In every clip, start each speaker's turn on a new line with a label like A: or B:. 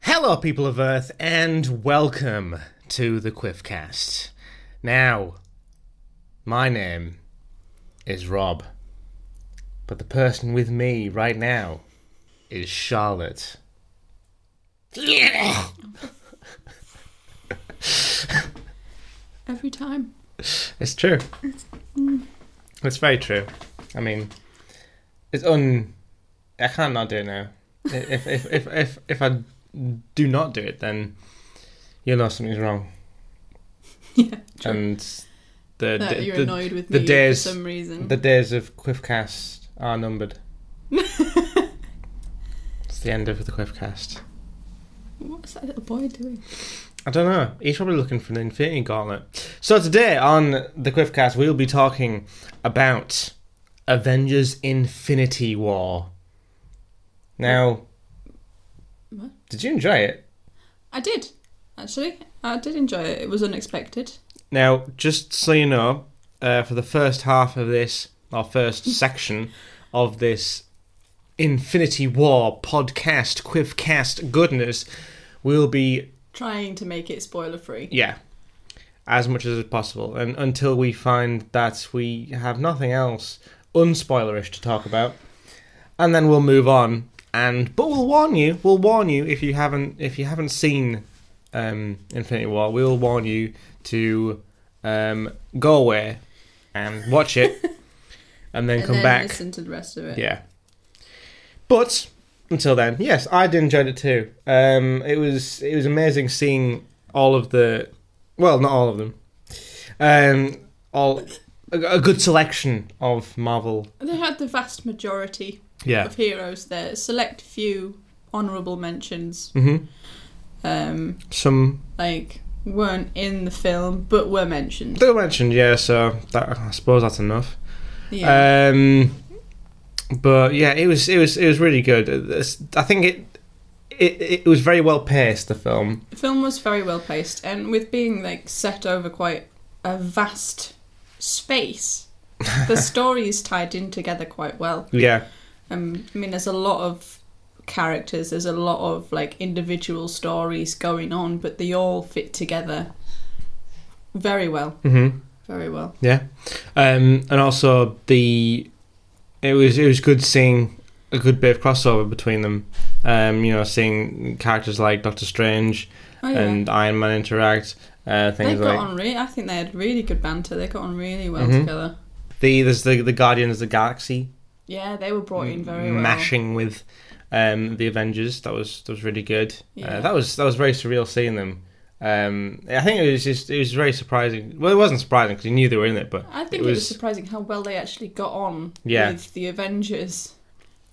A: Hello, people of Earth, and welcome to the Quiffcast. Now, my name is Rob, but the person with me right now is Charlotte.
B: Every time.
A: It's true.
B: mm.
A: It's very true. I mean, it's un. I can't not do it now. If if if if if I do not do it, then you know something's wrong,
B: yeah. True.
A: and the
B: that
A: the,
B: you're
A: the-
B: annoyed with
A: the
B: me
A: days-
B: for some reason.
A: the days of Quiffcast are numbered. It's the end of the Quiffcast.
B: What's that little boy doing?
A: I don't know. He's probably looking for an Infinity Gauntlet. So today on the Quiffcast, we'll be talking about Avengers: Infinity War. Now,
B: What?
A: did you enjoy it?
B: I did, actually. I did enjoy it. It was unexpected.
A: Now, just so you know, uh, for the first half of this, our first section of this Infinity War podcast, Quivcast goodness, we'll be
B: Trying to make it spoiler free.
A: Yeah. As much as possible. And until we find that we have nothing else unspoilerish to talk about. And then we'll move on. And but we'll warn you, we'll warn you if you haven't if you haven't seen um Infinity War, we'll warn you to um go away and watch it and then
B: and
A: come
B: then
A: back.
B: listen to the rest of it.
A: Yeah. But until then, yes, I did enjoyed it too. Um, it was it was amazing seeing all of the, well, not all of them, um, all a, a good selection of Marvel.
B: They had the vast majority
A: Yeah.
B: of heroes there. Select few honourable mentions,
A: Mm-hmm.
B: um,
A: Some
B: like, weren't in the film, but were mentioned.
A: they were mentioned, yeah. So that, I suppose that's enough.
B: Yeah.
A: Um, but yeah, it was it was it was really good. It's- I think it it it was very well paced. The film.
B: the film was very well paced, and with being, like, set over quite a vast space, the story is tied in together quite well.
A: Yeah.
B: Um, I mean, there's a lot of characters, there's a lot of like individual stories going on, but they all fit together very well.
A: hmm
B: Very well.
A: Yeah, um, and also the it was it was good seeing a good bit of crossover between them. Um, you know, seeing characters like Doctor Strange
B: Oh, yeah.
A: and Iron Man interact. Uh,
B: they
A: things
B: got
A: like
B: on really. I think they had really good banter. They got on really well
A: Mhm.
B: together.
A: the there's the the Guardians of the Galaxy
B: Yeah, they were brought in very well.
A: mashing with um, the Avengers. That was that was really good. Uh,
B: Yeah.
A: that was that was very surreal seeing them. Um, I think it was just it was very surprising. Well, it wasn't surprising because you knew they were in it, but
B: I think it was, surprising how well they actually got on
A: Yeah.
B: with the Avengers.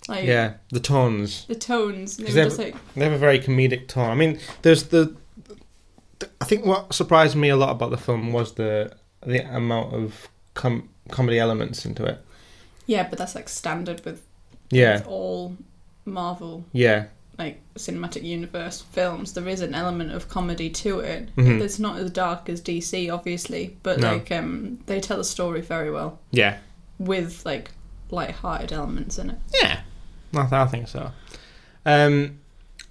B: Like
A: yeah the tones.
B: the tones, they were
A: Because they
B: just like
A: They have a very comedic tone. I mean, there's the. the- I think what surprised me a lot about the film was the the amount of com- comedy elements into it.
B: yeah, but that's like standard with
A: Yeah,
B: with all Marvel
A: yeah,
B: like cinematic universe films, there is an element of comedy to it.
A: Mhm.
B: It's not as dark as DC, obviously, but
A: No.
B: like um, they tell the story very well
A: yeah,
B: with like light-hearted elements in it.
A: yeah. I, th- I think so. Um,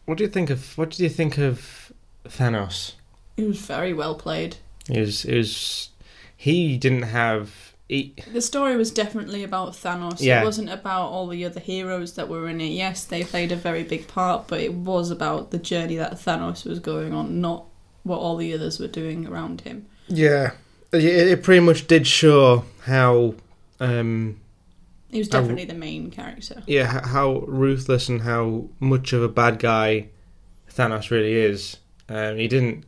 A: what do you think of what did you think of Thanos?
B: It was very well played.
A: Is is he didn't have he,
B: The story was definitely about Thanos.
A: Yeah.
B: It wasn't about all the other heroes that were in it. Yes, they played a very big part, but it was about the journey that Thanos was going on, not what all the others were doing around him.
A: yeah. It, it pretty much did show how um,
B: He was
A: I w-
B: definitely the main character.
A: yeah, h- how ruthless and how much of a bad guy Thanos really is. Um, he didn't.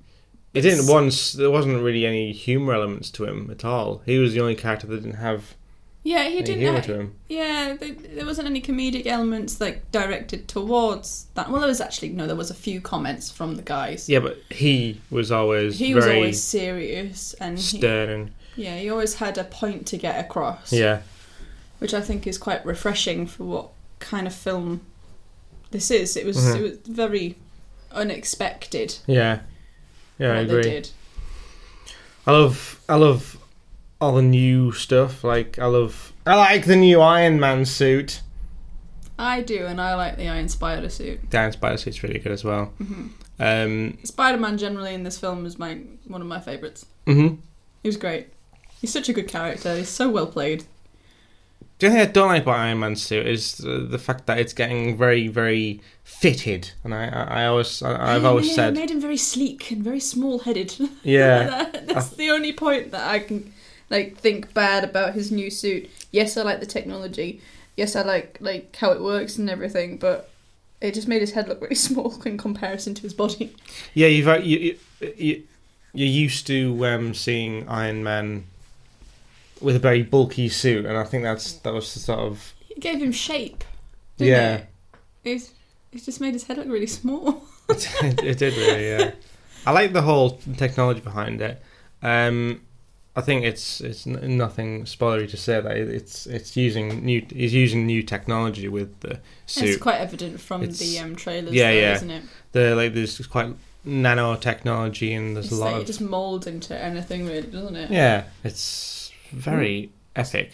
A: He didn't
B: It's-
A: once. There wasn't really any humor elements to him at all. He was the only character that didn't have
B: Yeah, he
A: any
B: didn't.
A: humor
B: act-
A: to him.
B: Yeah, there, there wasn't any comedic elements like directed towards that. Well, there was actually no. There was a few comments from the guys.
A: Yeah, but he was always
B: he was
A: very
B: always serious, and he,
A: stern and
B: yeah, he always had a point to get across.
A: yeah,
B: which I think is quite refreshing for what kind of film this is. It was,
A: Mhm.
B: it was very unexpected.
A: yeah, yeah. I
B: what They
A: agree.
B: did.
A: I love. I love all the new stuff. Like I love. I like the new Iron Man suit.
B: I do, and I like the Iron Spider suit.
A: Down Spider suit's really good as well.
B: hmm
A: Um,
B: Spider Man generally in this film is my one of my favourites.
A: mhm.
B: He was great. He's such a good character. He's so well played.
A: The only thing I don't like about Iron Man's suit is the, the fact that it's getting very, very fitted, and I, I, I always, I, I've
B: Yeah,
A: always
B: yeah, it
A: said,
B: made him very sleek and very small headed.
A: yeah,
B: That's the only point that I can like think bad about his new suit. Yes, I like the technology. Yes, I like like how it works and everything, but it just made his head look really small in comparison to his body.
A: yeah, you've, uh, you, you, you, you're used to um, seeing Iron Man with a very bulky suit, and I think that's that was the sort of
B: It gave him shape. Didn't
A: yeah,
B: It, It's- it just made his head look really small.
A: it, did- it did really. Yeah, I like the whole technology behind it. Um, I think it's it's n- nothing spoilery to say that it, it's it's using new is using new technology with the suit.
B: It's quite evident from the
A: It's-
B: um, trailers,
A: yeah,
B: though,
A: yeah.
B: isn't it?
A: the like there's quite nanotechnology and there's
B: It's
A: a lot
B: like it
A: of
B: just molds into anything, really, doesn't it?
A: yeah it's very
B: Mm.
A: epic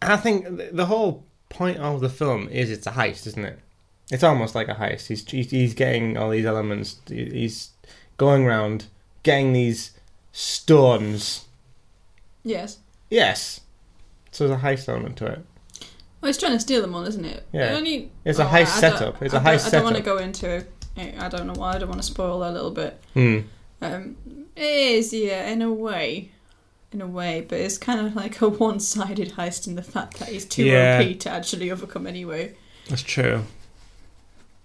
A: and i think th- the whole point of the film is it's a heist isn't it it's almost like a heist he's he's he's getting all these elements he's going around getting these stones
B: Yes.
A: yes so there's a heist element to it
B: Well, it's trying to steal them all, isn't it?
A: Yeah.
B: The only-
A: It's a
B: oh,
A: heist
B: I- I don't-
A: setup. It's
B: I
A: a
B: don't-
A: heist
B: I don't want to
A: setup.
B: go into it. I don't know why. I don't want to spoil that a little bit.
A: hmm
B: Um, it is, yeah, in a way. In a way, but it's kind of like a one sided heist in the fact that he's too
A: Yeah.
B: OP to actually overcome anyway.
A: that's true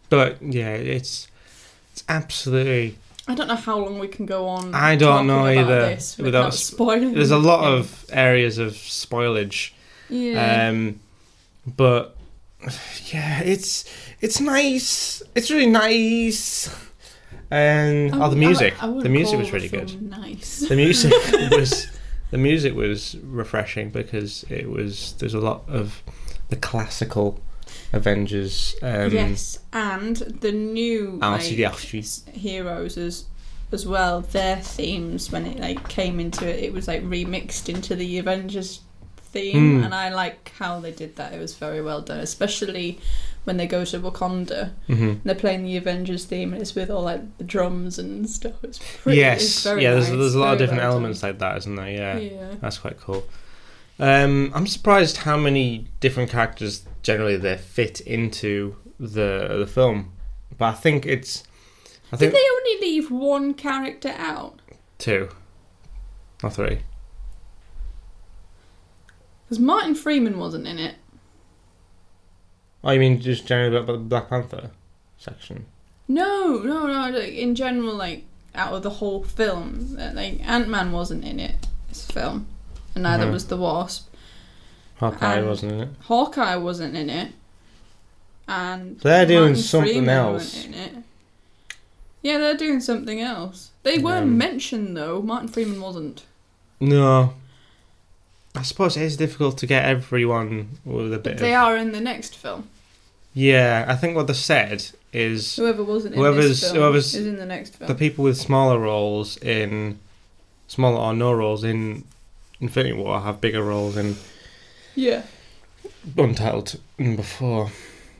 A: but yeah it's it's absolutely
B: I don't know how long we can go on.
A: I don't
B: talking
A: know
B: about
A: either,
B: This
A: without
B: without,
A: sp-
B: spoiling.
A: there's a lot
B: anything.
A: of areas of spoilage
B: Yeah.
A: Um, but yeah, it's it's nice. It's really nice. And
B: I
A: oh, the
B: wouldn't- I
A: music.
B: wou- I wouldn't
A: the music
B: call
A: was
B: the
A: really good.
B: film Nice.
A: The music was the music was refreshing because it was there's a lot of the classical Avengers. Um,
B: yes, and the new
A: I'll
B: like,
A: see the outfits.
B: heroes as as well. Their themes when it like came into it, it was like remixed into the Avengers theme,
A: Mm.
B: and I like how they did that. It was very well done, especially when they go to Wakanda.
A: Mhm.
B: And they're playing the Avengers theme, and it's with all like the drums and stuff. It's pretty. it's
A: Yes.
B: very
A: Yeah. There's
B: nice,
A: there's a lot of
B: very
A: different
B: well done.
A: elements like that, isn't there?
B: yeah.
A: That's quite cool. Um, I'm surprised how many different characters generally they fit into the the film, but I think it's I
B: Did
A: think
B: they only leave one character out?
A: two, not three.
B: Because Martin Freeman wasn't in it.
A: Oh, you mean just generally about the Black Panther section?
B: No, no, no. Like in general, like out of the whole film, that, like Ant Man wasn't in it. This film, and neither
A: No.
B: was the Wasp.
A: Hawkeye
B: Um,
A: wasn't in it.
B: Hawkeye wasn't in it, and
A: So they're doing
B: Martin
A: something
B: Freeman
A: else.
B: weren't in it. Yeah, they're doing something else. They were
A: Um,
B: mentioned though. Martin Freeman wasn't.
A: No. I suppose it is difficult to get everyone with a bit.
B: But they
A: of,
B: are in the next film.
A: Yeah, I think what they said is
B: Whoever wasn't in
A: Whoever's-
B: this film
A: whoever's-
B: is in the next film.
A: the people with smaller roles in smaller or no roles in Infinity War have bigger roles in
B: yeah,
A: Untitled number four.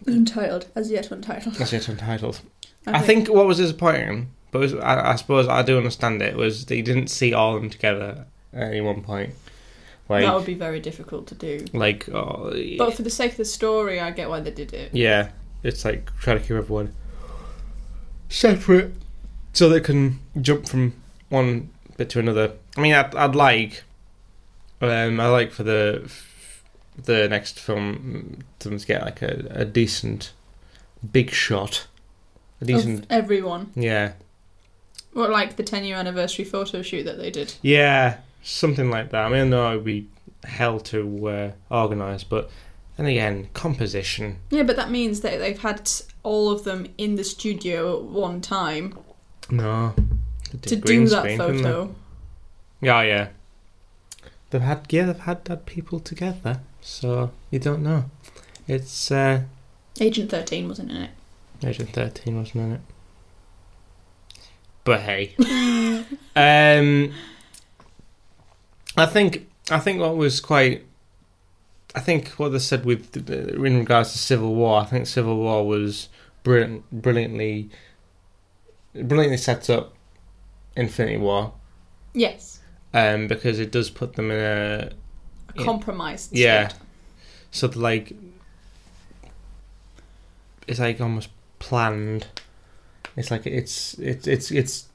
B: untitled as yet untitled.
A: That's it, Untitled. I think what was disappointing, but was, I, I suppose I do understand it, was that you didn't see all of them together at any one point. Like,
B: that would be very difficult to do.
A: like, oh, y-
B: But for the sake of the story, I get why they did it.
A: yeah, it's like try to keep everyone separate so they can jump from one bit to another. I mean, I'd, I'd like, um, I like for the the next film them to get like a, a decent big shot, a decent
B: Of everyone.
A: Yeah.
B: Well, like the 10 year anniversary photo shoot that they did.
A: Yeah. Something like that. I mean, I know it would be hell to uh, organise, but then again, composition.
B: Yeah, but that means that they've had all of them in the studio at one time
A: No. They did
B: to
A: green
B: do that
A: screen, didn't they?
B: photo.
A: Yeah, yeah. They've had yeah, they've had that people together, so you don't know. It's uh
B: Agent 13 wasn't in it.
A: Agent Thirteen, wasn't it? But hey, um, I think I think what was quite, I think what they said with in regards to Civil War, I think Civil War was brilliant, brilliantly brilliantly sets up Infinity War
B: Yes.
A: um, because it does put them in a
B: A
A: Yeah.
B: compromised
A: Yeah.
B: state.
A: sort of like it's like almost planned. It's like it's it's it's it's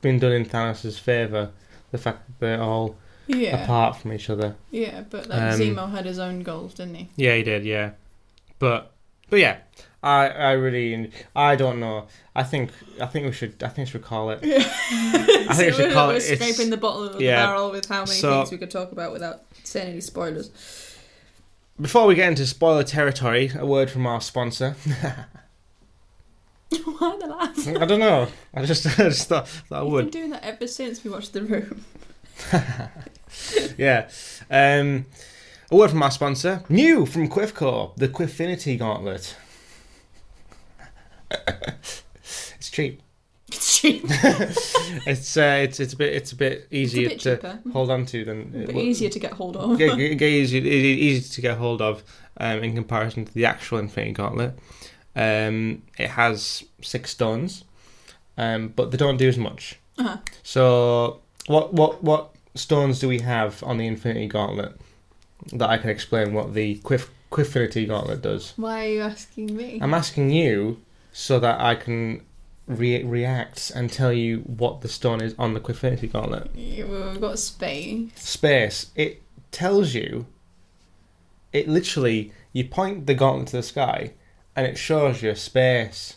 A: been done in Thanos' favor. The fact that they're all
B: Yeah.
A: apart from each other.
B: Yeah, but
A: like,
B: like
A: Um, Zemo
B: Zemo had his own goals, didn't he?
A: Yeah, he did. Yeah, but but yeah, I I really I don't know. I think I think we should I think we should call it.
B: I
A: think we should call it-
B: We're
A: it's-
B: scraping the bottom of the
A: yeah.
B: barrel with how many
A: So-
B: things we could talk about without saying any spoilers.
A: Before we get into spoiler territory, a word from our sponsor.
B: Why the laugh?
A: I don't know. I just I just thought, thought I
B: We've
A: would.
B: been doing that ever since we watched The Room.
A: yeah. Um, a word from our sponsor, new from Quifcore, the Quifinity Gauntlet. it's cheap.
B: It's cheap.
A: It's uh, it's it's a bit it's a bit
B: It's a
A: easier
B: bit
A: to
B: cheaper,
A: hold on to than
B: but
A: well,
B: easier to get hold of.
A: get, get, get easy, easy, easy to get hold of um, in comparison to the actual Infinity Gauntlet. Um, it has six stones, um, but they don't do as much.
B: Uh-huh.
A: So, what what what stones do we have on the Infinity Gauntlet that I can explain what the Quif- Quifinity Gauntlet does?
B: Why are you asking me?
A: I'm asking you so that I can re- react and tell you what the stone is on the Quifinity Gauntlet
B: Yeah, well, We've got Spain.
A: space, it tells you. It literally, you point the gauntlet to the sky, and it shows you space.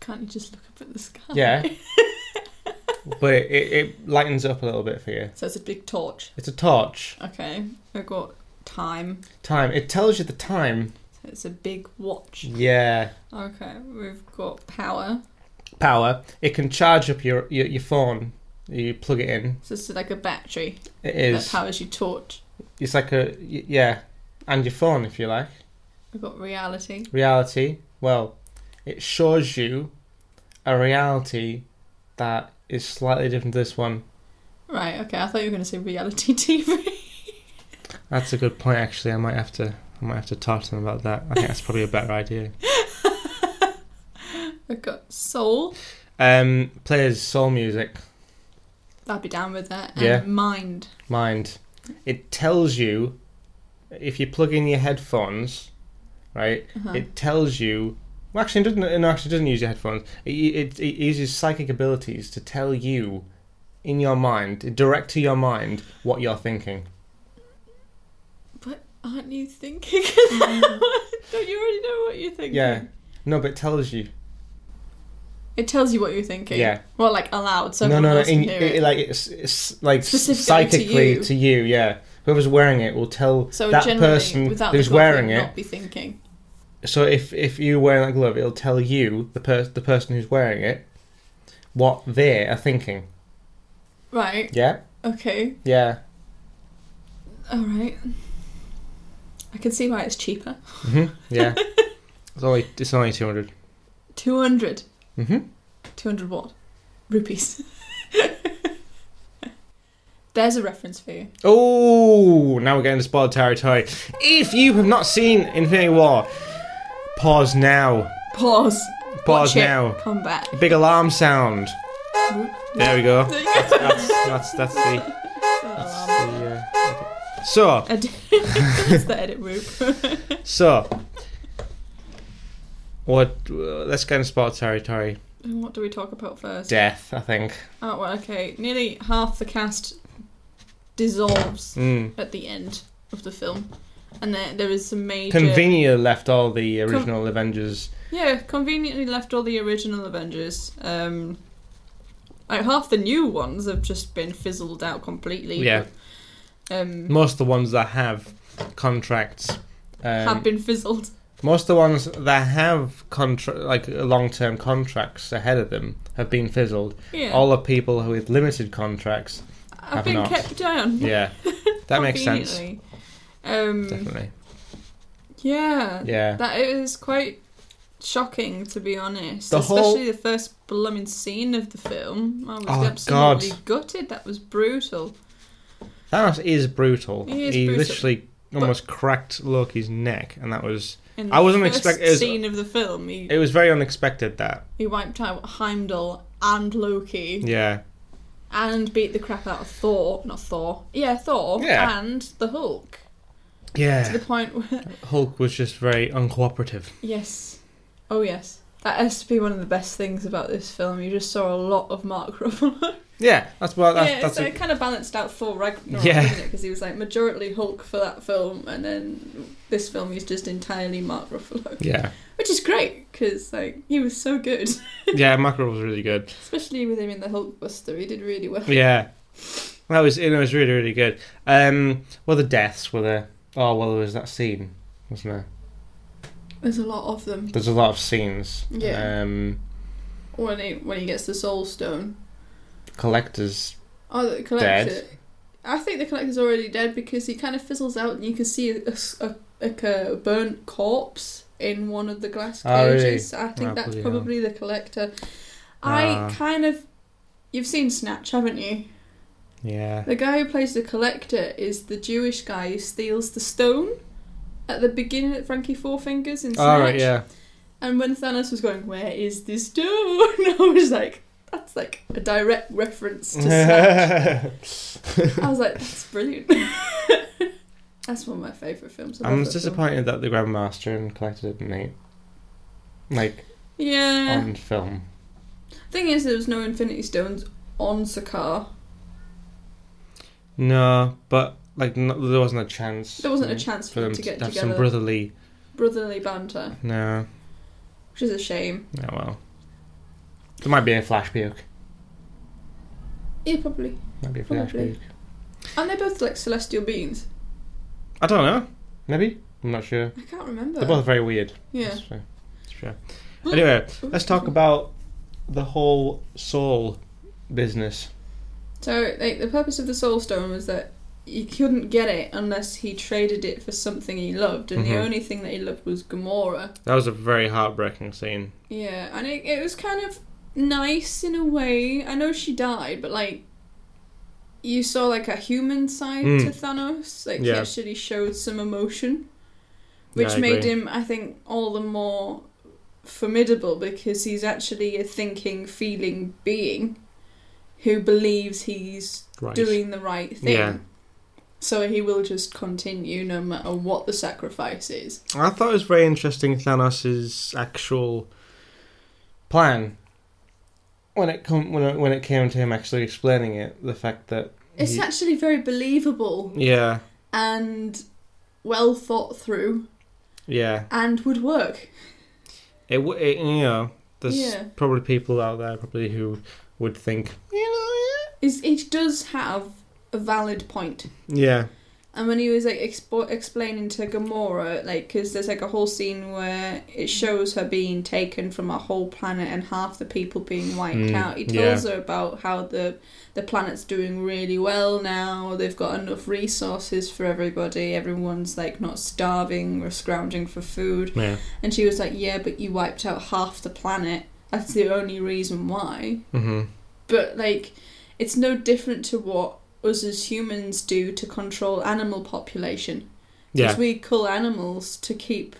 B: Can't you just look up at the sky?
A: Yeah. but it, it, it lightens up a little bit for you.
B: So it's a big torch.
A: It's a torch.
B: Okay. We've got time.
A: Time. It tells you the time.
B: So it's a big watch.
A: Yeah.
B: Okay. We've got power.
A: Power. It can charge up your your, your phone. You plug it in.
B: So it's like a battery
A: It
B: that
A: is.
B: powers your torch.
A: It's like a y- yeah, and your phone if you like.
B: We've got reality.
A: reality well it shows you a reality that is slightly different to this one
B: Right, okay, I thought you were going to say reality TV.
A: that's a good point actually i might have to i might have to talk to them about that i think that's probably a better idea
B: We've got soul.
A: um plays soul music
B: I'd be down with that. And
A: Yeah.
B: mind.
A: mind it tells you if you plug in your headphones right
B: Uh-huh.
A: it tells you well, actually it doesn't it actually doesn't use your headphones it, it, it uses psychic abilities to tell you in your mind direct to your mind what you're thinking
B: But aren't you thinking? Don't you already know what you're thinking?
A: Mm. Yeah. No, but it tells you.
B: It tells you what you're thinking.
A: Yeah.
B: Well, like aloud, so
A: no,
B: everyone
A: no, no.
B: else can
A: In,
B: hear
A: it,
B: it.
A: like it's, it's like
B: Specifically
A: psychically
B: to you.
A: to you. Yeah. Whoever's wearing it will tell
B: so
A: that
B: generally,
A: person
B: without
A: who's
B: the glove,
A: wearing
B: you'd
A: it.
B: not be thinking.
A: So if if you wear that glove, it'll tell you the per- the person who's wearing it what they are thinking.
B: Right.
A: Yeah.
B: Okay.
A: Yeah.
B: All right. I can see why it's cheaper.
A: hmm Yeah. it's only it's only two hundred.
B: 200.
A: Mm-hmm.
B: 200 what? Rupees. There's a reference for you.
A: Oh, now we're getting to spoiler territory. If you have not seen Infinity War, pause now.
B: Pause.
A: Pause
B: Watch it.
A: now.
B: Come back.
A: Big alarm sound. There we go. That's that's that's the. That's
B: Um,
A: the uh, okay. So
B: ed- It's the edit route.
A: so. What? Uh, let's get into sport territory.
B: and what do we talk about first?
A: Death, I think.
B: oh, well, okay. Nearly half the cast dissolves
A: Mm.
B: at the end of the film. And there, there is some major.
A: Convenia left all the original Avengers.
B: Yeah, conveniently left all the original Avengers. Um, like half the new ones have just been fizzled out completely.
A: Yeah.
B: Um,
A: Most of the ones that have contracts.
B: have
A: Um,
B: been fizzled.
A: most of the ones that have contra- like long-term contracts ahead of them have been fizzled.
B: Yeah.
A: All the people who with limited contracts. have
B: I've been
A: not.
B: kept down.
A: Yeah, that makes sense.
B: conveniently. Um,
A: Definitely.
B: yeah.
A: Yeah.
B: That is quite shocking, to be honest.
A: The whole-
B: Especially the first blooming scene of the film. I was
A: Oh,
B: absolutely
A: God.
B: gutted. That was brutal.
A: Thanos is brutal.
B: He is
A: he
B: brutal.
A: literally almost cracked Loki's neck, and that was
B: In
A: I wasn't
B: the first
A: expect- it was-
B: scene of the film. He,
A: It was very unexpected that.
B: he wiped out Heimdall and Loki
A: Yeah.
B: and beat the crap out of Thor. Not Thor. Yeah, Thor
A: Yeah.
B: and the Hulk. To
A: Yeah.
B: the point where
A: Hulk was just very uncooperative.
B: yes, oh yes, that has to be one of the best things about this film. You just saw a lot of Mark Ruffalo.
A: Yeah, that's what Oh, that's,
B: yeah,
A: that's
B: so
A: a-
B: it kind of balanced out Thor Ragnarok,
A: Yeah.
B: didn't it? Because he was like majority Hulk for that film, and then this film he's just entirely Mark Ruffalo,
A: yeah.
B: which is great because like he was so good,
A: Yeah, Mackerel was really good.
B: especially with him in the Hulkbuster. He did really well.
A: Yeah. That was it was really, really good. Um well the deaths were there. Oh well there was that scene, wasn't there?
B: There's a lot of them.
A: There's a lot of scenes.
B: Yeah.
A: Um
B: When he when he gets the Soul Stone,
A: collectors
B: oh, the collector. I think the collector's already dead because he kind of fizzles out, and you can see a, s- a- like a burnt corpse in one of the glass
A: Oh, really?
B: cages. I think
A: Oh,
B: that's
A: bloody
B: probably the collector. I
A: Ah.
B: kind of, you've seen Snatch, haven't you?
A: Yeah.
B: The guy who plays the collector is the Jewish guy who steals the stone at the beginning at Frankie Four Fingers in Snatch.
A: All Oh, right, yeah.
B: And when Thanos was going, "Where is this stone?" I was like, "That's like a direct reference to Snatch." I was like, that's brilliant. that's one of my favourite films. I love
A: I'm
B: that film.
A: disappointed that the Grandmaster and Collector didn't meet. Like
B: Yeah.
A: on film.
B: Thing is, there was no Infinity Stones on Sakaar.
A: No, but like no, there wasn't a chance.
B: There wasn't a
A: mm,
B: chance
A: for them
B: to get
A: have
B: together.
A: some brotherly.
B: Brotherly banter,
A: No,
B: which is a shame.
A: oh well. There might be a flash puke.
B: Yeah, probably.
A: Might be a flash
B: Probably.
A: puke.
B: And they're both like celestial beings.
A: I don't know. Maybe I'm not sure.
B: I can't remember.
A: They're both very weird.
B: yeah.
A: That's fair. That's fair. Anyway, let's talk about the whole soul business.
B: So, like, the purpose of the Soul Stone was that he couldn't get it unless he traded it for something he loved, and the
A: Mhm.
B: only thing that he loved was Gamora.
A: That was a very heartbreaking scene.
B: Yeah, and it, it was kind of nice in a way. I know she died, but like you saw like a human side
A: Mm.
B: to Thanos. Like he
A: Yeah.
B: actually showed some emotion,
A: Yeah,
B: which
A: I
B: made
A: agree.
B: him, I think, all the more formidable because he's actually a thinking, feeling being who believes he's
A: Right.
B: doing the right thing.
A: Yeah.
B: So he will just continue no matter what the sacrifice is.
A: I thought it was very interesting Thanos' actual plan when it come when it, when it came to him actually explaining it. The fact that
B: It's
A: he-
B: actually very believable
A: yeah,
B: and well thought through
A: yeah,
B: and would work.
A: it, w- it you know there's
B: Yeah.
A: probably people out there probably who would think you know
B: Is it does have a valid point.
A: yeah yeah
B: And when he was like expo- explaining to Gamora, like, because there's like a whole scene where it shows her being taken from a whole planet and half the people being wiped
A: Mm,
B: out. He
A: yeah.
B: tells her about how the the planet's doing really well now. They've got enough resources for everybody. Everyone's like not starving or scrounging for food.
A: yeah
B: And she was like, Yeah, but you wiped out half the planet. That's the only reason why.
A: hmm
B: But, like, it's no different to what us as humans do to control animal population. Because
A: yeah
B: we cull animals to keep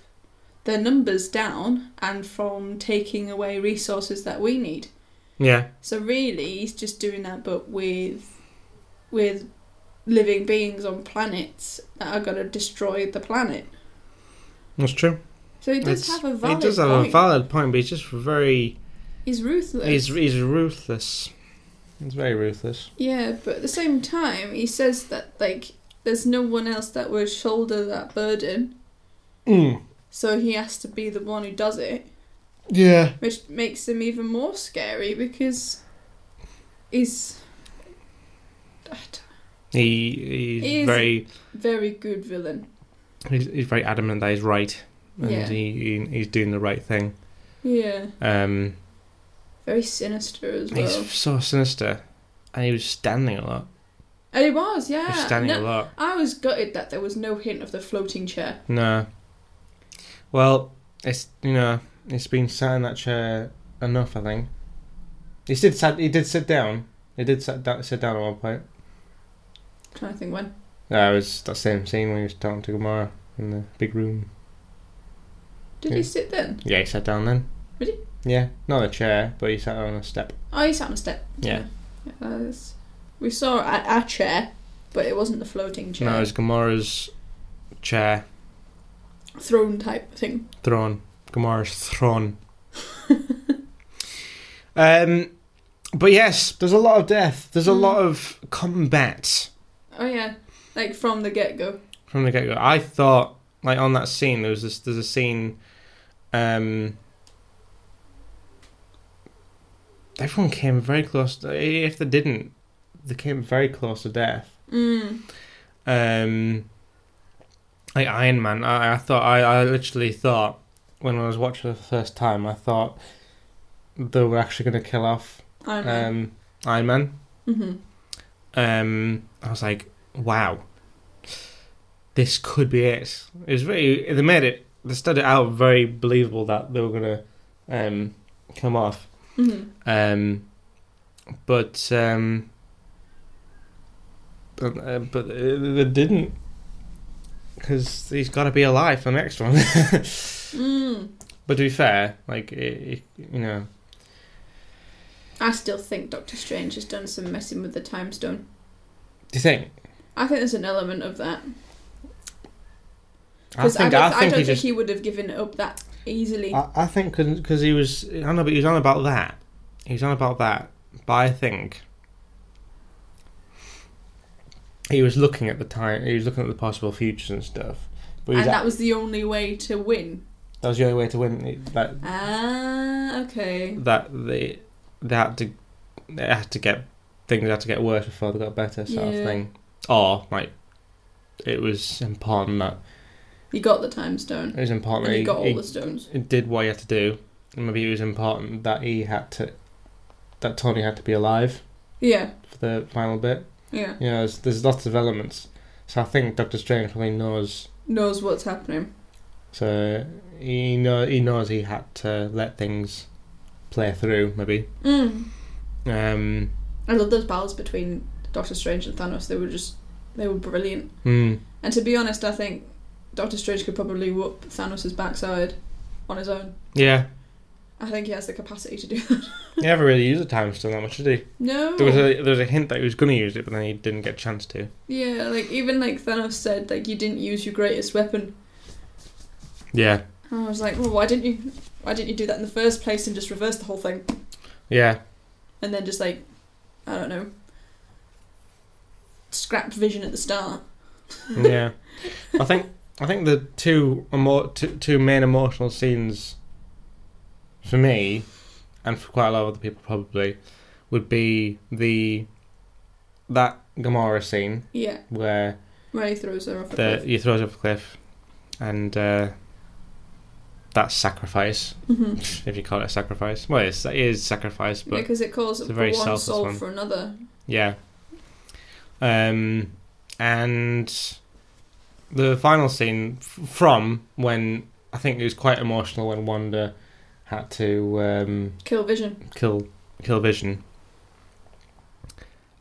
B: their numbers down and from taking away resources that we need.
A: yeah
B: So, really, he's just doing that, but with, with living beings on planets that are going to destroy the planet.
A: that's true.
B: So, he does
A: It's-
B: have a valid
A: he does have
B: point.
A: a valid point, but he's just very
B: he's ruthless.
A: he's he's ruthless. He's very ruthless.
B: Yeah, but at the same time, he says that like there's no one else that would shoulder that burden,
A: Mm.
B: so he has to be the one who does it,
A: Yeah.
B: which makes him even more scary because he's a
A: He he's
B: He is-
A: very
B: very good villain.
A: He's, he's very adamant that he's right, and
B: Yeah.
A: he, he he's doing the right thing.
B: Yeah,
A: Um,
B: very sinister as well.
A: he's so sinister, and he was standing a lot.
B: And he was,
A: He
B: yeah.
A: was standing
B: Ah, No-
A: a lot.
B: I was gutted that there was no hint of the floating chair.
A: No. Well, it's you know it's been sat in that chair enough. I think he did sat he did sit down. He did sit down, sit down at one point.
B: i trying to think when.
A: That was that same scene when he was talking to Gamora in the big room.
B: Did
A: Yeah.
B: he sit then?
A: Yeah, he sat down then.
B: Did
A: Yeah, not a chair, but he sat on a step.
B: Oh, he sat on a step.
A: Yeah.
B: Yeah, that is- We saw a, a chair, but it wasn't the floating chair.
A: No, it was Gamora's chair
B: throne type thing.
A: throne. Gamora's throne. um, but yes, there's a lot of death. There's a
B: Mm.
A: lot of combat
B: Oh yeah, like from the get go.
A: from the get go. I thought, like on that scene, there was this. There's a scene. Um, everyone came very close. To, if they didn't, they came very close to death.
B: Mm.
A: um like Iron Man. I, I thought I, I literally thought when I was watching it the first time, I thought they were actually going to kill off
B: I know.
A: um, Iron Man.
B: mm-hmm.
A: Um, I was like, wow, this could be it. It was very. They made it. They stood it out very believable that they were going to um, come off.
B: Mm-hmm.
A: Um, but um, but uh, but uh, they didn't because he's got to be alive for the next one.
B: Mm.
A: but to be fair, like it, it, you know,
B: I still think Doctor Strange has done some messing with the time stone.
A: do you think?
B: I think there's an element of that
A: I
B: because I,
A: think
B: don't-
A: I,
B: I
A: think
B: don't
A: he
B: think
A: just.
B: he would have given it up that easily.
A: I, I think because he was. I don't know, but he was on about that. He was on about that. But I think he was looking at the time. He was looking at the possible futures and stuff. But he
B: and
A: was,
B: that was the only way to win.
A: that was the only way to win. That
B: Ah, okay.
A: that they they had to they had to get things had to get worse before they got better sort
B: Yeah.
A: of thing. Or like it was important that
B: He got the time stone.
A: it was important
B: And
A: that
B: he got all
A: he,
B: the stones.
A: he did what he had to do. And maybe it was important that he had to that Tony had to be alive
B: Yeah,
A: for the final bit.
B: yeah.
A: You know, there's, there's lots of elements. So I think Doctor Strange probably knows.
B: Knows what's happening.
A: So he know he knows he had to let things play through. Maybe.
B: Mm.
A: Um.
B: I love those battles between Doctor Strange and Thanos. They were just they were brilliant.
A: hmm.
B: And to be honest, I think Doctor Strange could probably whoop Thanos' backside on his own.
A: Yeah.
B: I think he has the capacity to do that.
A: He never really used the time stone that much, did he?
B: No.
A: There was
B: Oh.
A: a there was a hint that he was going to use it, but then he didn't get a chance to.
B: yeah, like even like Thanos said, like you didn't use your greatest weapon.
A: Yeah,
B: And I was like, well, why didn't you? Why didn't you do that in the first place and just reverse the whole thing?
A: yeah,
B: And then just like, I don't know, scrapped Vision at the start.
A: yeah. I think I think the two emo- two, two main emotional scenes for me, and for quite a lot of other people probably, would be the that Gamora scene
B: Yeah,
A: where
B: where he throws her off
A: the
B: a cliff.
A: you throws up a cliff, and uh, that sacrifice,
B: Mhm.
A: if you call it a sacrifice. Well, it's, it is sacrifice, but
B: because it calls it
A: it's a
B: for
A: very
B: one
A: selfless
B: soul
A: one.
B: for another.
A: Yeah. Um, and the final scene f- from when I think it was quite emotional when Wanda had to um,
B: Kill Vision.
A: kill kill Vision.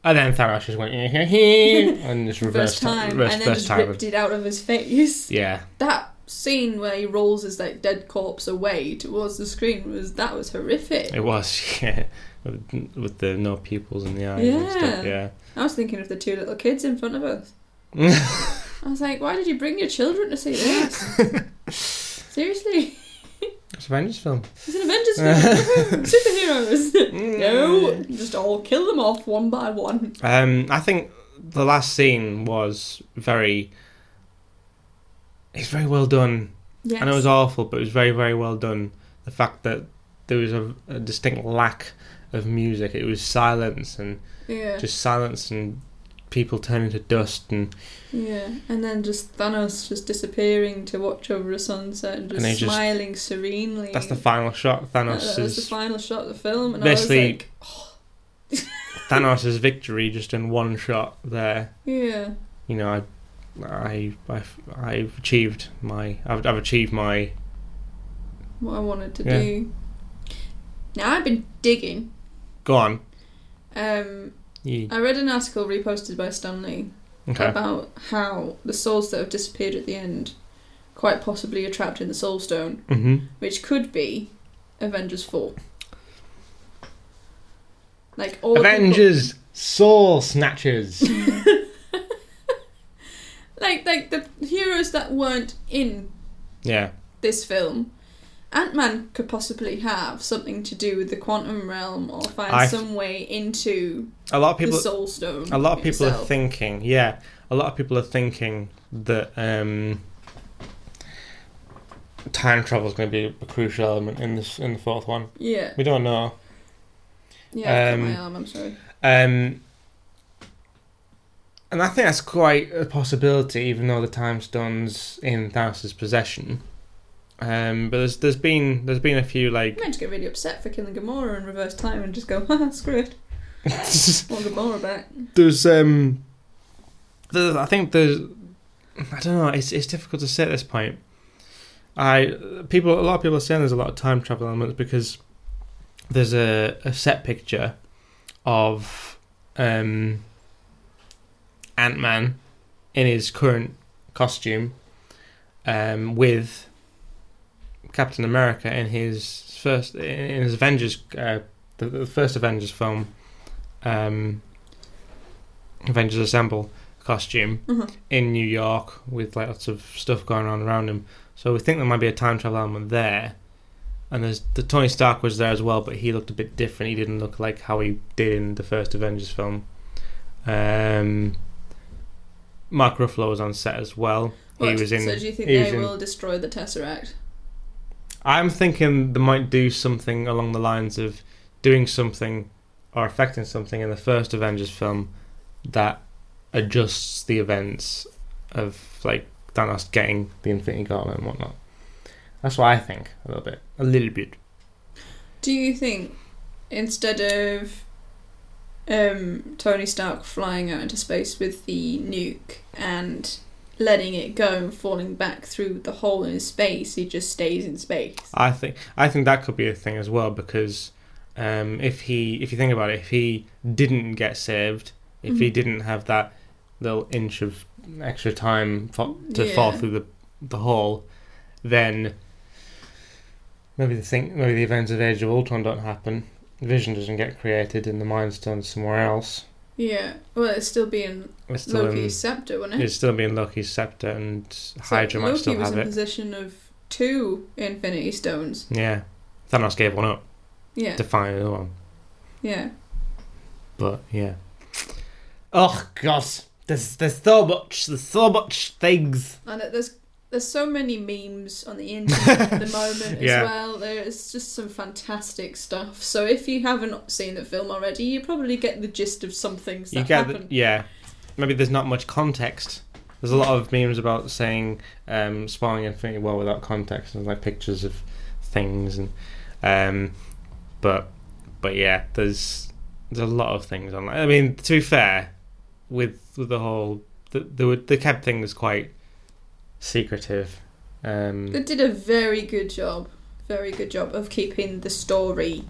A: And then Thanos just went and just reversed
B: first time,
A: reversed
B: and then
A: first
B: just
A: time.
B: ripped it out of his face.
A: Yeah,
B: That scene where he rolls his like dead corpse away towards the screen was that was horrific.
A: it was. Yeah, with, with the no pupils in the eyes. and stuff, yeah.
B: I was thinking of the two little kids in front of us. I was like, why did you bring your children to see this? Seriously,
A: It's a Avengers film.
B: it's an Avengers film. Superheroes.
A: Mm.
B: no, just all kill them off one by one.
A: Um, I think the last scene was very. It's very well done.
B: Yes.
A: I know it was awful, but it was very, very well done. The fact that there was a, a distinct lack of music, it was silence and
B: yeah.
A: just silence and people turning to dust and,
B: Yeah, and then just Thanos just disappearing to watch over a sunset and just
A: And he just-
B: smiling serenely.
A: that's the final shot. Thanos
B: that was the
A: is
B: final shot of the film, and I
A: Basically-
B: was like,
A: Thanos' victory just in one shot. There,
B: yeah,
A: you know, I, I, I've, I've achieved my, I've, I've achieved my.
B: what I wanted to
A: Yeah.
B: do. Now I've been digging.
A: Go on.
B: Um,
A: You,
B: I read an article reposted by Stanley
A: okay.
B: about how the souls that have disappeared at the end quite possibly are trapped in the Soul Stone,
A: hmm
B: which could be Avengers Four. Like all the people-
A: Avengers Soul Snatchers.
B: like like the heroes that weren't in
A: yeah.
B: this film. Ant Man could possibly have something to do with the quantum realm, or find
A: I-
B: some way into
A: A lot of people
B: the Soul Stone.
A: a lot of people are
B: itself.
A: thinking, yeah, a lot of people are thinking that um time travel is going to be a crucial element in this in the fourth one.
B: Yeah,
A: We don't know.
B: yeah. I've got
A: Um,
B: my arm. I'm sorry.
A: Um, and I think that's quite a possibility, even though the time stone's in Thanos' possession. Um, but there's there's been there's been a few
B: I'm
A: like
B: going to get really upset for killing Gamora in reverse time and just go, haha, screw it. Want Gamora back.
A: there's um there's, I think there's I don't know it's it's difficult to say at this point. I people a lot of people are saying there's a lot of time travel elements because there's a, a set picture of um Ant Man in his current costume um with Captain America in his first in in his Avengers uh, the, the first Avengers film um Avengers Assemble costume
B: Mhm.
A: in New York with like lots of stuff going on around him. So we think there might be a time travel element there. And there's the Tony Stark was there as well, but he looked a bit different. He didn't look like how he did in the first Avengers film. Um, Mark Ruffalo was on set as well. He
B: What?
A: was in.
B: so do you think
A: he was
B: they
A: in-
B: will destroy the Tesseract?
A: I'm thinking they might do something along the lines of doing something or affecting something in the first Avengers film that adjusts the events of like Thanos getting the Infinity Gauntlet and whatnot. That's what I think a little bit, a little bit.
B: Do you think instead of um, Tony Stark flying out into space with the nuke and letting it go and falling back through the hole in space, he just stays in space?
A: I think I think that could be a thing as well because um, if he if you think about it, if he didn't get saved, if he
B: Mhm.
A: didn't have that little inch of extra time fo- to fall
B: Yeah.
A: through the the hole, then maybe the thing maybe the events of Age of Ultron don't happen. Vision doesn't get created, and the Mind Stone's somewhere else.
B: Yeah. Well, it'd still be in
A: It's still in,
B: Loki's scepter, wouldn't it?
A: it's still being Loki's scepter, and
B: So
A: Hydra might
B: Loki
A: still
B: was
A: have
B: in
A: it.
B: possession of two Infinity Stones.
A: Yeah, Thanos gave one up
B: Yeah.
A: to find another one.
B: Yeah.
A: But yeah. Oh god, there's there's so much, there's so much things.
B: And it- there's there's so many memes on the internet at the moment
A: Yeah.
B: as well. There's just some fantastic stuff. So if you haven't seen the film already, you probably get the gist of some things that
A: you get the,
B: happen.
A: yeah. Maybe there's not much context. There's a lot of memes about saying um, spoiling Infinity War without context and like pictures of things and um, but but yeah, there's there's a lot of things online. I mean, to be fair, with with the whole th they were they kept things quite secretive. Um,
B: They did a very good job, very good job of keeping the story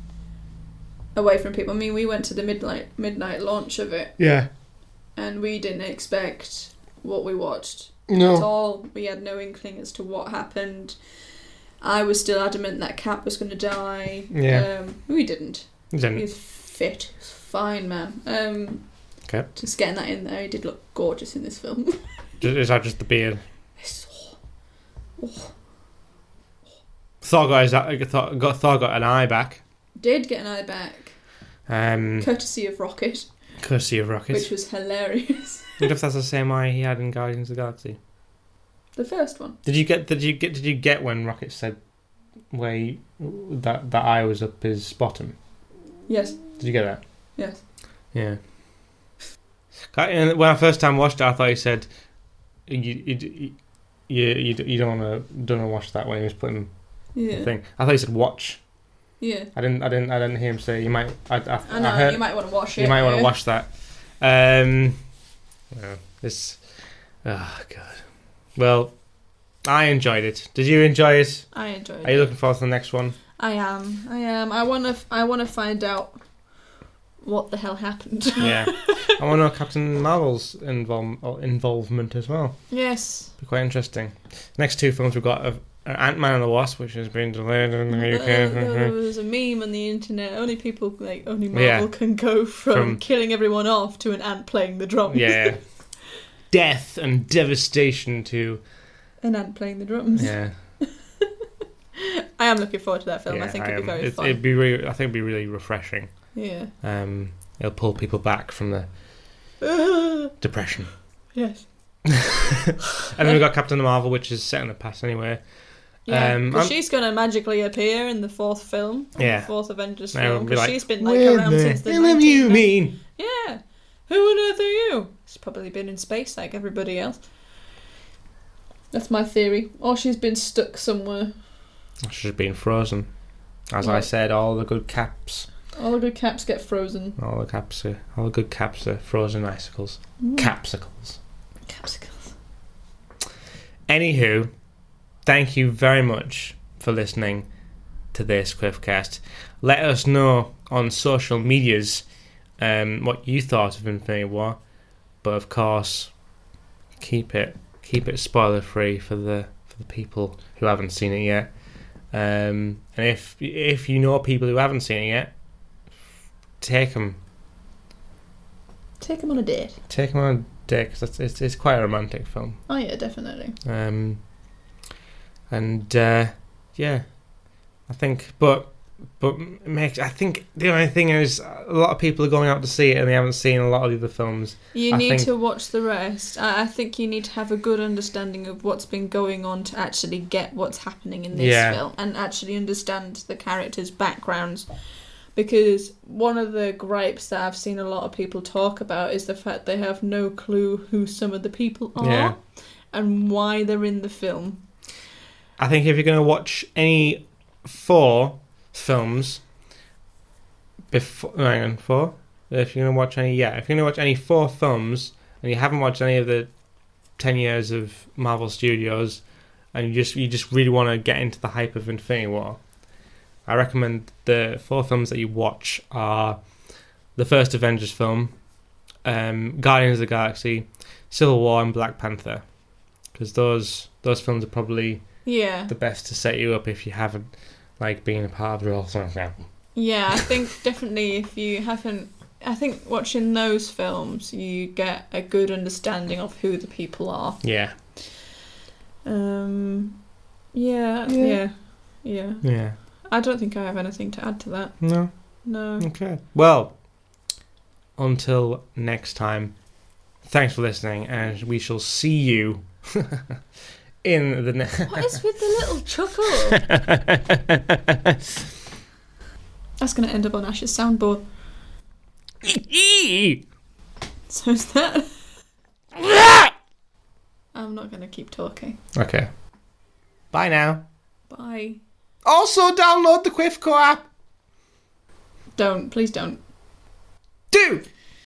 B: away from people. I mean, we went to the midnight midnight launch of it,
A: yeah.
B: and we didn't expect what we watched.
A: No.
B: at all. We had no inkling as to what happened. I was still adamant that Cap was going to die.
A: Yeah.
B: Um, we didn't.
A: Then-
B: He's fit. He's fine, man. Um,
A: Okay.
B: Just getting that in there. He did look gorgeous in this film.
A: Ju- Is that just the beard?
B: It's-
A: Thor got, his, uh, Thor, got, Thor got an eye back.
B: did get an eye back,
A: Um,
B: courtesy of Rocket,
A: courtesy of Rocket.
B: which was hilarious.
A: What if that's the same eye he had in Guardians of the Galaxy?
B: the first one.
A: Did you get? Did you get? Did you get when Rocket said, "Way that that eye was up his bottom"?
B: Yes.
A: Did you get that?
B: Yes.
A: Yeah. Ca- And when I first time watched it, I thought he said, "You you you, you, you don't want to don't want to watch that when he was putting the
B: Yeah.
A: thing." I thought he said, "Watch."
B: Yeah.
A: I didn't I didn't I didn't hear him say. You might. I, I,
B: I know.
A: I heard,
B: you might want to watch it.
A: You might want
B: yeah.
A: to watch that. Um, yeah, this. Oh god. Well, I enjoyed it. Did you enjoy it?
B: I enjoyed. it.
A: Are you looking forward to the next one?
B: I am. I am. I want to. I want to find out what the hell happened?
A: Yeah. I want to know Captain Marvel's invol- or involvement as well.
B: yes.
A: Be quite interesting. Next two films we've got are are Ant-Man and the Wasp, which has been delayed in the
B: Uh, there
A: UK.
B: was a meme on the internet. Only people like only Marvel
A: Mm-hmm. Yeah.
B: can go from,
A: From-
B: killing everyone off to an ant playing the drums.
A: yeah. Death and devastation to
B: an ant playing the drums.
A: yeah.
B: I am looking forward to that film.
A: yeah
B: I think it'd be
A: am.
B: very
A: It-
B: fun.
A: it'd be really, I think it'd be really refreshing.
B: Yeah.
A: Um, it'll pull people back from the depression.
B: yes.
A: And then we've got Captain Marvel, which is set in the past anyway.
B: Yeah,
A: Um,
B: 'cause
A: I'm-
B: she's going to magically appear in the fourth film,
A: Yeah.
B: the fourth Avengers
A: And it'll
B: film.
A: be
B: 'cause
A: like,
B: she's been like around since the
A: hell have you
B: 1990s.
A: mean?
B: Yeah. Who on earth are you? She's probably been in space like everybody else. That's my theory. Or she's been stuck somewhere.
A: I should have been frozen. As I
B: Right.
A: said, all the good caps,
B: All the good caps get frozen.
A: all the caps, are, all the good caps are frozen icicles, capsicles.
B: Capsicles.
A: Anywho, thank you very much for listening to this Quiffcast. Let us know on social medias um, what you thought of Infinity War, but of course, keep it keep it spoiler free for the for the people who haven't seen it yet. Um, and if if you know people who haven't seen it yet, take them
B: Take them on a date.
A: take them on a date 'cause it's, it's it's quite a romantic film.
B: Oh yeah, definitely.
A: Um, and uh, yeah, I think, but but make I think the only thing is a lot of people are going out to see it and they haven't seen a lot of the other films.
B: You
A: I
B: need
A: think-
B: to watch the rest. I, I think you need to have a good understanding of what's been going on to actually get what's happening in this
A: Yeah.
B: film and actually understand the characters' backgrounds. Because one of the gripes that I've seen a lot of people talk about is the fact they have no clue who some of the people are
A: Yeah.
B: and why they're in the film.
A: I think if you're going to watch any four films before hang on, four, if you're going to watch any yeah, if you're going to watch any four films and you haven't watched any of the ten years of Marvel Studios and you just you just really want to get into the hype of Infinity War, I recommend the four films that you watch are the first Avengers film, um, Guardians of the Galaxy, Civil War, and Black Panther. Because those those films are probably
B: Yeah.
A: the best to set you up if you haven't like been a part of the Royal Something.
B: Yeah, I think definitely if you haven't, I think watching those films, you get a good understanding of who the people are.
A: Yeah,
B: Um, yeah,
A: Yeah.
B: yeah, yeah,
A: yeah.
B: I don't think I have anything to add to that.
A: No,
B: No.
A: okay. Well, until next time, thanks for listening, and we shall see you in the next.
B: What is with the little chuckle? That's going to end up on Ash's soundboard. So is that. I'm not going to keep talking.
A: okay. Bye now.
B: Bye.
A: Also, download the Quifco app.
B: Don't. Please don't.
A: Do.